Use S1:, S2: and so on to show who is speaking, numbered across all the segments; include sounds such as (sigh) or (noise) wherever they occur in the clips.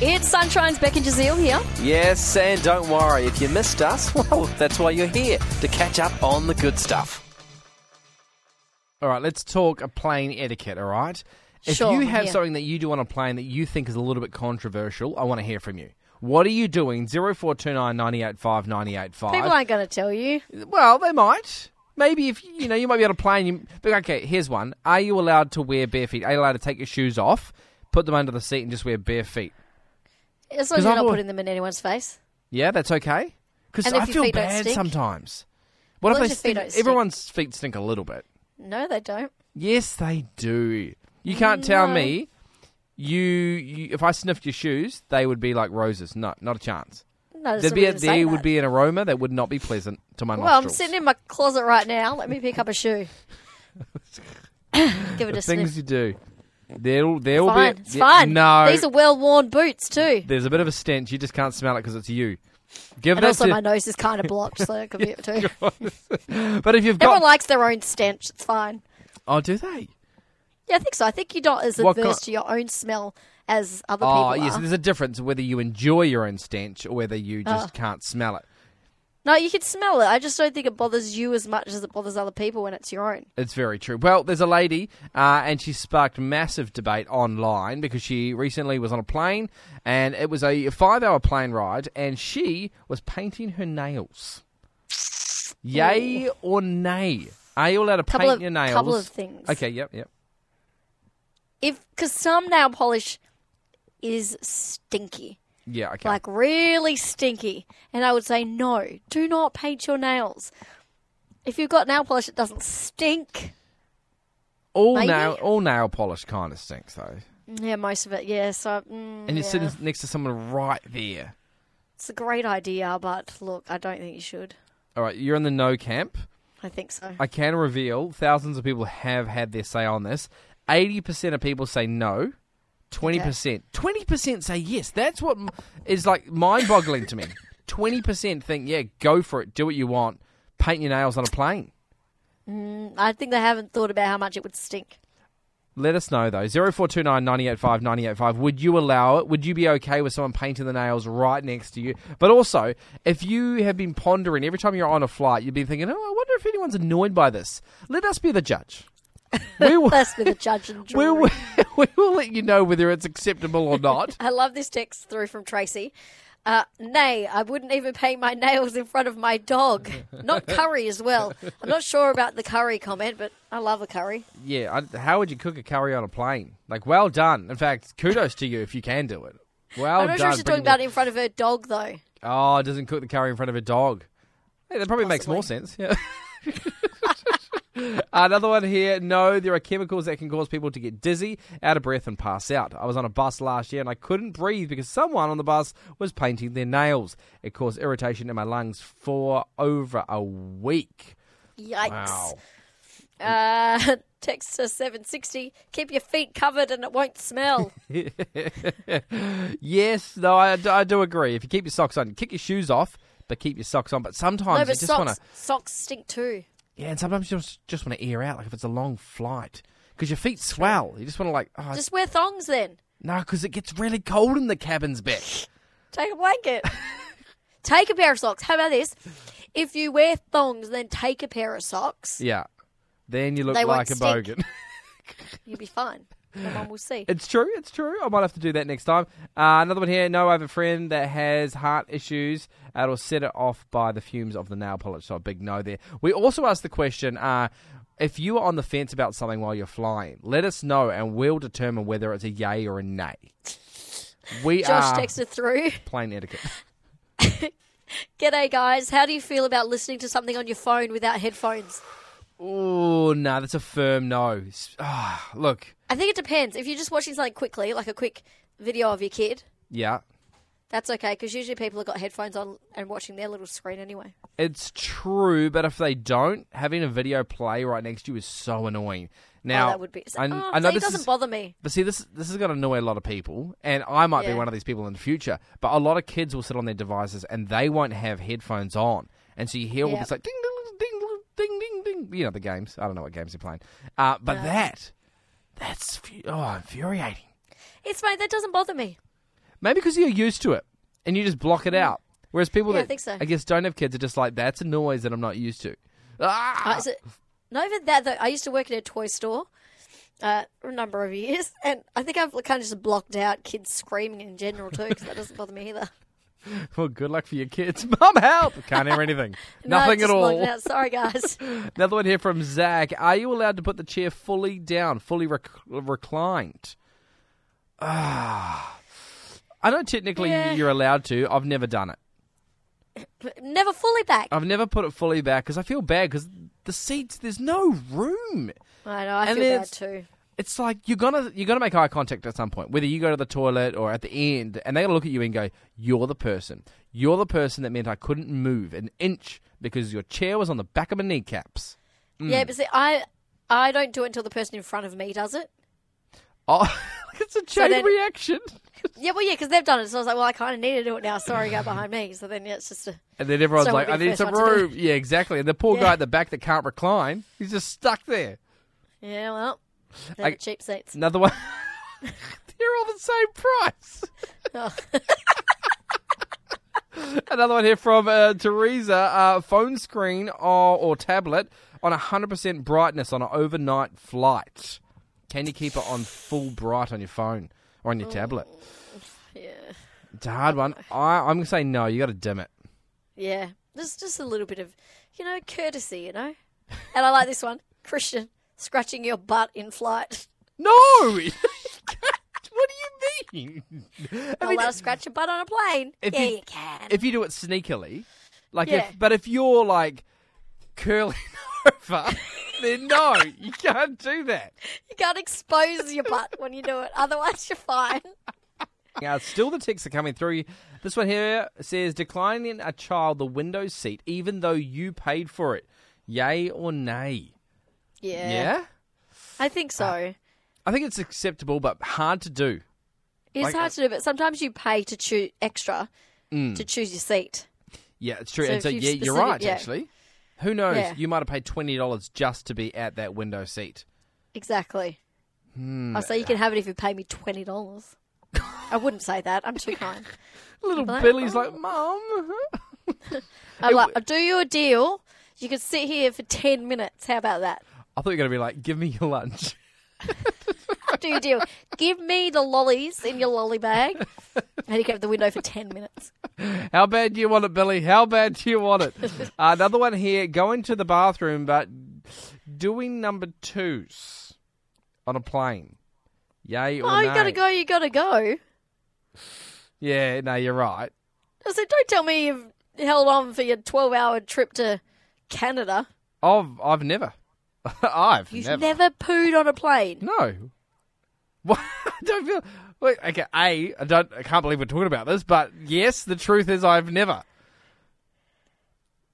S1: It's Sunshine's Becky Jazeel here.
S2: Yes, and don't worry, if you missed us, (laughs) well, that's why you're here, to catch up on the good stuff.
S3: All right, let's talk a plane etiquette, all right? If
S1: Sure,
S3: you have
S1: yeah.
S3: something that you do on a plane that you think is a little bit controversial, I want to hear from you. What are you doing? 0429 985 985.
S1: People aren't going to tell you.
S3: Well, they might. Maybe if you know, you might be on a plane. You, but okay, here's one: Are you allowed to wear bare feet? Are you allowed to take your shoes off, put them under the seat, and just wear bare feet?
S1: As long
S3: 'Cause
S1: as you're
S3: I've
S1: not
S3: al-
S1: putting them in anyone's face.
S3: Yeah, that's okay. Because
S1: And if
S3: I
S1: your
S3: feel
S1: feet don't
S3: bad
S1: stink?
S3: sometimes. What
S1: Well,
S3: if
S1: if
S3: they
S1: your feet
S3: stink?
S1: don't stink.
S3: Everyone's feet stink a little bit.
S1: No, they don't.
S3: Yes, they do. You can't tell me. You, you, if I sniffed your shoes, they would be like roses. No, not a chance.
S1: No, there's
S3: There'd
S1: no
S3: be a,
S1: reason to say
S3: there would
S1: that.
S3: be an aroma that would not be pleasant to my
S1: Well,
S3: nostrils.
S1: I'm sitting in my closet right now. Let me pick up a
S3: (laughs)
S1: shoe. Give it a
S3: things
S1: sniff.
S3: you do. There, there will
S1: Fine,
S3: be.
S1: it's
S3: yeah,
S1: fine.
S3: No,
S1: these are well-worn boots too.
S3: There's a bit of a stench. You just can't smell it because it's you. Give
S1: And
S3: that
S1: also,
S3: to-
S1: my nose is kind of blocked, so it could
S3: (laughs)
S1: be it too.
S3: But if you've
S1: Everyone
S3: got,
S1: likes their own stench. It's fine.
S3: oh, do they?
S1: Yeah, I think so. I think you're not as
S3: What
S1: adverse
S3: kind-
S1: to your own smell as other
S3: Oh,
S1: people
S3: yes.
S1: are.
S3: There's a difference whether you enjoy your own stench or whether you just
S1: Oh.
S3: can't smell it.
S1: No, you can smell it. I just don't think it bothers you as much as it bothers other people when it's your own.
S3: It's very true. Well, there's a lady, uh, and she sparked massive debate online because she recently was on a plane, and it was a five-hour plane ride, and she was painting her nails. Yay or nay? Are you allowed to
S1: Couple
S3: paint
S1: of-
S3: your nails?
S1: couple of things.
S3: Okay. Yep. Yep.
S1: If because some nail polish is stinky,
S3: Yeah. Okay.
S1: like really stinky, and I would say no, do not paint your nails. If you've got nail polish that doesn't stink,
S3: all
S1: maybe?
S3: nail, all nail polish kind of stinks though.
S1: yeah, most of it, yeah. So mm,
S3: and you're
S1: yeah.
S3: sitting next to someone right there.
S1: it's a great idea, but look, I don't think you should.
S3: All right, you're in the no camp.
S1: I think so.
S3: I can reveal thousands of people have had their say on this. 80% of people say no. 20%. 20% say yes. That's what m- is like mind boggling to me. 20% think, yeah, go for it. Do what you want. Paint your nails on a plane.
S1: I think they haven't thought about how much it would stink.
S3: Let us know though. 0429 985 985. Would you allow it? Would you be okay with someone painting the nails right next to you? But also, if you have been pondering every time you're on a flight, you've been thinking, oh, I wonder if anyone's annoyed by this. Let us be the judge. We will,
S1: That's with the judge and
S3: we
S1: jury.
S3: will, (laughs) we will let you know whether it's acceptable or not.
S1: I love this text through from Tracy. Uh, nay, I wouldn't even paint my nails in front of my dog.
S3: (laughs)
S1: Not curry as well. I'm not sure about the curry comment, but I love a curry.
S3: (laughs) yeah, I, how would you cook a curry on a plane? Like, well done. In fact, kudos to you if you can do it. Well
S1: I'm not sure
S3: done,
S1: she's talking
S3: bringing
S1: about
S3: the-
S1: in front of her dog, though.
S3: Oh, doesn't cook the curry in front of a dog. Hey, that probably makes more
S1: Possibly.
S3: sense. Yeah. (laughs) Another one here. No, there are chemicals that can cause people to get dizzy, out of breath, and pass out. I was on a bus last year and I couldn't breathe because someone on the bus was painting their nails. It caused irritation in my lungs for over a week.
S1: Yikes.
S3: Wow.
S1: Uh, (laughs) text to 760. Keep your feet covered and it won't
S3: (laughs)
S1: smell.
S3: Yes, no, I, do- I do agree. If you keep your socks on, kick your shoes off, but keep your socks on. But sometimes
S1: no,
S3: you
S1: but
S3: just
S1: socks,
S3: want to.
S1: socks stink too.
S3: Yeah, and sometimes you just, just want to air out, like if it's a long flight, because your feet swell. You just want to like, oh,
S1: Just wear thongs then.
S3: no, because it gets really cold in the cabins back.
S1: Take a
S3: (laughs)
S1: blanket. take a pair of socks. How about this? If you wear thongs, then take a pair of socks.
S3: yeah, then you look
S1: They won't
S3: like a
S1: stink.
S3: bogan.
S1: You'll be fine. No one will see.
S3: it's true, it's true. I might have to do that next time. Uh, another one here. No, I have a friend that has heart issues. Uh, It'll set it off by the fumes of the nail polish. So a big no there. We also asked the question. Uh, if you are on the fence about something while you're flying, let us know and we'll determine whether it's a yay or a nay. We
S1: Josh
S3: are
S1: texted through. (laughs)
S3: plain etiquette. (laughs)
S1: G'day, guys. How do you feel about listening to something on your phone without headphones?
S3: Oh, no, that's a firm no. S- (sighs) ah, look,
S1: I think it depends. If you're just watching something quickly, like a quick video of your kid,
S3: yeah,
S1: that's okay because usually people have got headphones on and watching their little screen anyway.
S3: it's true, but if they don't, having a video play right next to you is so annoying. Now,
S1: oh, that would be.
S3: I,
S1: oh,
S3: I
S1: see,
S3: know
S1: it
S3: this
S1: doesn't
S3: is,
S1: bother me.
S3: but see, this this is going to annoy a lot of people, and I might
S1: Yeah.
S3: be one of these people in the future. But a lot of kids will sit on their devices and they won't have headphones on, and so you hear all
S1: Yeah.
S3: this like ding ding ding ding ding ding. You know the games. I don't know what games they're playing, uh, but that that's fu- oh infuriating.
S1: It's fine. That doesn't bother me.
S3: Maybe because you're used to it and you just block it out. Whereas people
S1: Mm. Yeah, I
S3: that
S1: think so.
S3: guess don't have kids are just like that's a noise that I'm not used to.
S1: Uh,
S3: Ah!
S1: is it, not even that though. I used to work in a toy store uh, for a number of years, (laughs) and I think I've kind of just blocked out kids screaming in general too, because that doesn't bother me either.
S3: (laughs)
S1: (laughs)
S3: Well, good luck for your kids. (laughs) Mom, help! Can't hear anything.
S1: (laughs) No,
S3: Nothing at
S1: just blocked
S3: all.
S1: it out. Sorry,
S3: (laughs)
S1: guys.
S3: Another one here from Zach. Are you allowed to put the chair fully down, fully rec- reclined? Ah, I know technically
S1: Yeah.
S3: you're allowed to. I've never done it.
S1: Never fully back.
S3: I've never put it fully back because I feel bad because the seats. There's no room.
S1: I know. I
S3: and
S1: feel
S3: it's-
S1: bad too.
S3: It's like you're gonna you're gonna make eye contact at some point, whether you go to the toilet or at the end, and they're gonna look at you and go, "You're the person. You're the person that meant I couldn't move an inch because your chair was on the back of my kneecaps." (laughs) Mm.
S1: Yeah, but see, I I don't do it until the person in front of me does it.
S3: Oh, it's a chain
S1: then-
S3: reaction.
S1: Yeah, well, yeah, because they've done it. So I was like, well, I kind of need to do it now. Sorry, go behind me. So then yeah, it's just a,
S3: And then everyone's
S1: So I
S3: like, I
S1: wanna be the
S3: need some
S1: first one to do
S3: room. Yeah, exactly. And the poor
S1: Yeah.
S3: guy at the back that can't recline, he's just stuck there.
S1: yeah, well, they're
S3: I-
S1: the
S3: Mm.
S1: cheap seats.
S3: Another one. (laughs) They're all the same price.
S1: Oh.
S3: Another one here from uh, Teresa. Uh, phone screen or, or tablet on 100% brightness on an overnight flight. Can you keep it on full bright on your phone or on your tablet?
S1: Yeah,
S3: It's a hard one. I, I'm going to say no. you got to dim it.
S1: yeah. Just just a little bit of you know courtesy, you know. And I like this one, Christian scratching your butt in flight.
S3: (laughs) No! You can't. what do you mean? I
S1: Not
S3: mean,
S1: allowed to scratch your butt on a plane.
S3: if
S1: yeah,
S3: you-
S1: you, can.
S3: if you do it sneakily, like
S1: Yeah.
S3: if, but if you're like curling (laughs) over, then no, you can't do that.
S1: you can't expose your butt when you do it. Otherwise, you're fine.
S3: Now, still the texts are coming through. This one here says declining a child the window seat, even though you paid for it. Yay or nay?
S1: Yeah,
S3: (laughs) Yeah,
S1: I think so.
S3: I think it's acceptable, but hard to do.
S1: It's
S3: like, uh,
S1: hard to do, but sometimes you pay to choose extra
S3: Mm.
S1: to choose your seat.
S3: Yeah, it's true.
S1: So
S3: and
S1: if
S3: so,
S1: you've
S3: yeah, you're
S1: specific-
S3: right.
S1: yeah.
S3: Actually, who knows?
S1: Yeah.
S3: You might have paid twenty dollars just to be at that window seat.
S1: Exactly.
S3: Hmm.
S1: I'll say Oh, you can have it if you pay me twenty dollars. I wouldn't say that. I'm too
S3: (laughs)
S1: kind.
S3: Little
S1: Like, "Oh."
S3: Billy's like, Mum,
S1: I'm like, I'll do you a deal. You can sit here for ten minutes. How about that?
S3: I thought you were going to be like, give me your lunch.
S1: I'll do you a
S3: (laughs)
S1: deal. Give me the lollies in your lolly bag, and you can have the window for ten minutes.
S3: How bad do you want it, Billy? How bad do
S1: (laughs)
S3: you want it? Uh, Another one here going to the bathroom, but doing number twos on a plane. Yay or
S1: oh, you
S3: nay?
S1: gotta go. You gotta go.
S3: Yeah, no, you're right.
S1: I said, don't tell me you've held on for your twelve-hour trip to Canada.
S3: I've, I've never. (laughs) I've
S1: You've
S3: never.
S1: never pooed on a plane.
S3: No. (laughs) What? I don't feel. Wait, okay, A, I, don't, I can't believe we're talking about this, but yes, the truth is I've never.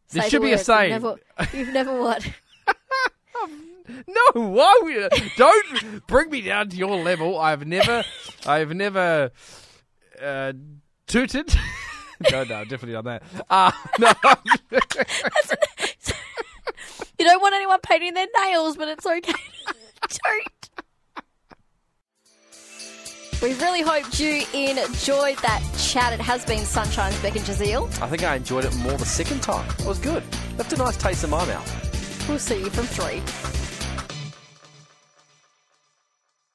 S3: There
S1: Say the
S3: should be a
S1: word. You've
S3: saying.
S1: never- You've never what?
S3: No, why would don't bring me down to your level. I've never, I've never uh, tooted. (laughs) no, no, definitely not that. Uh, no,
S1: You don't want anyone painting their nails, but it's okay. (laughs) don't. We really hoped you enjoyed that chat. It has been Sunshine's Beck and Jazeel.
S2: I think I enjoyed it more the second time. It was good. Left a nice taste in my mouth.
S1: We'll see you from three.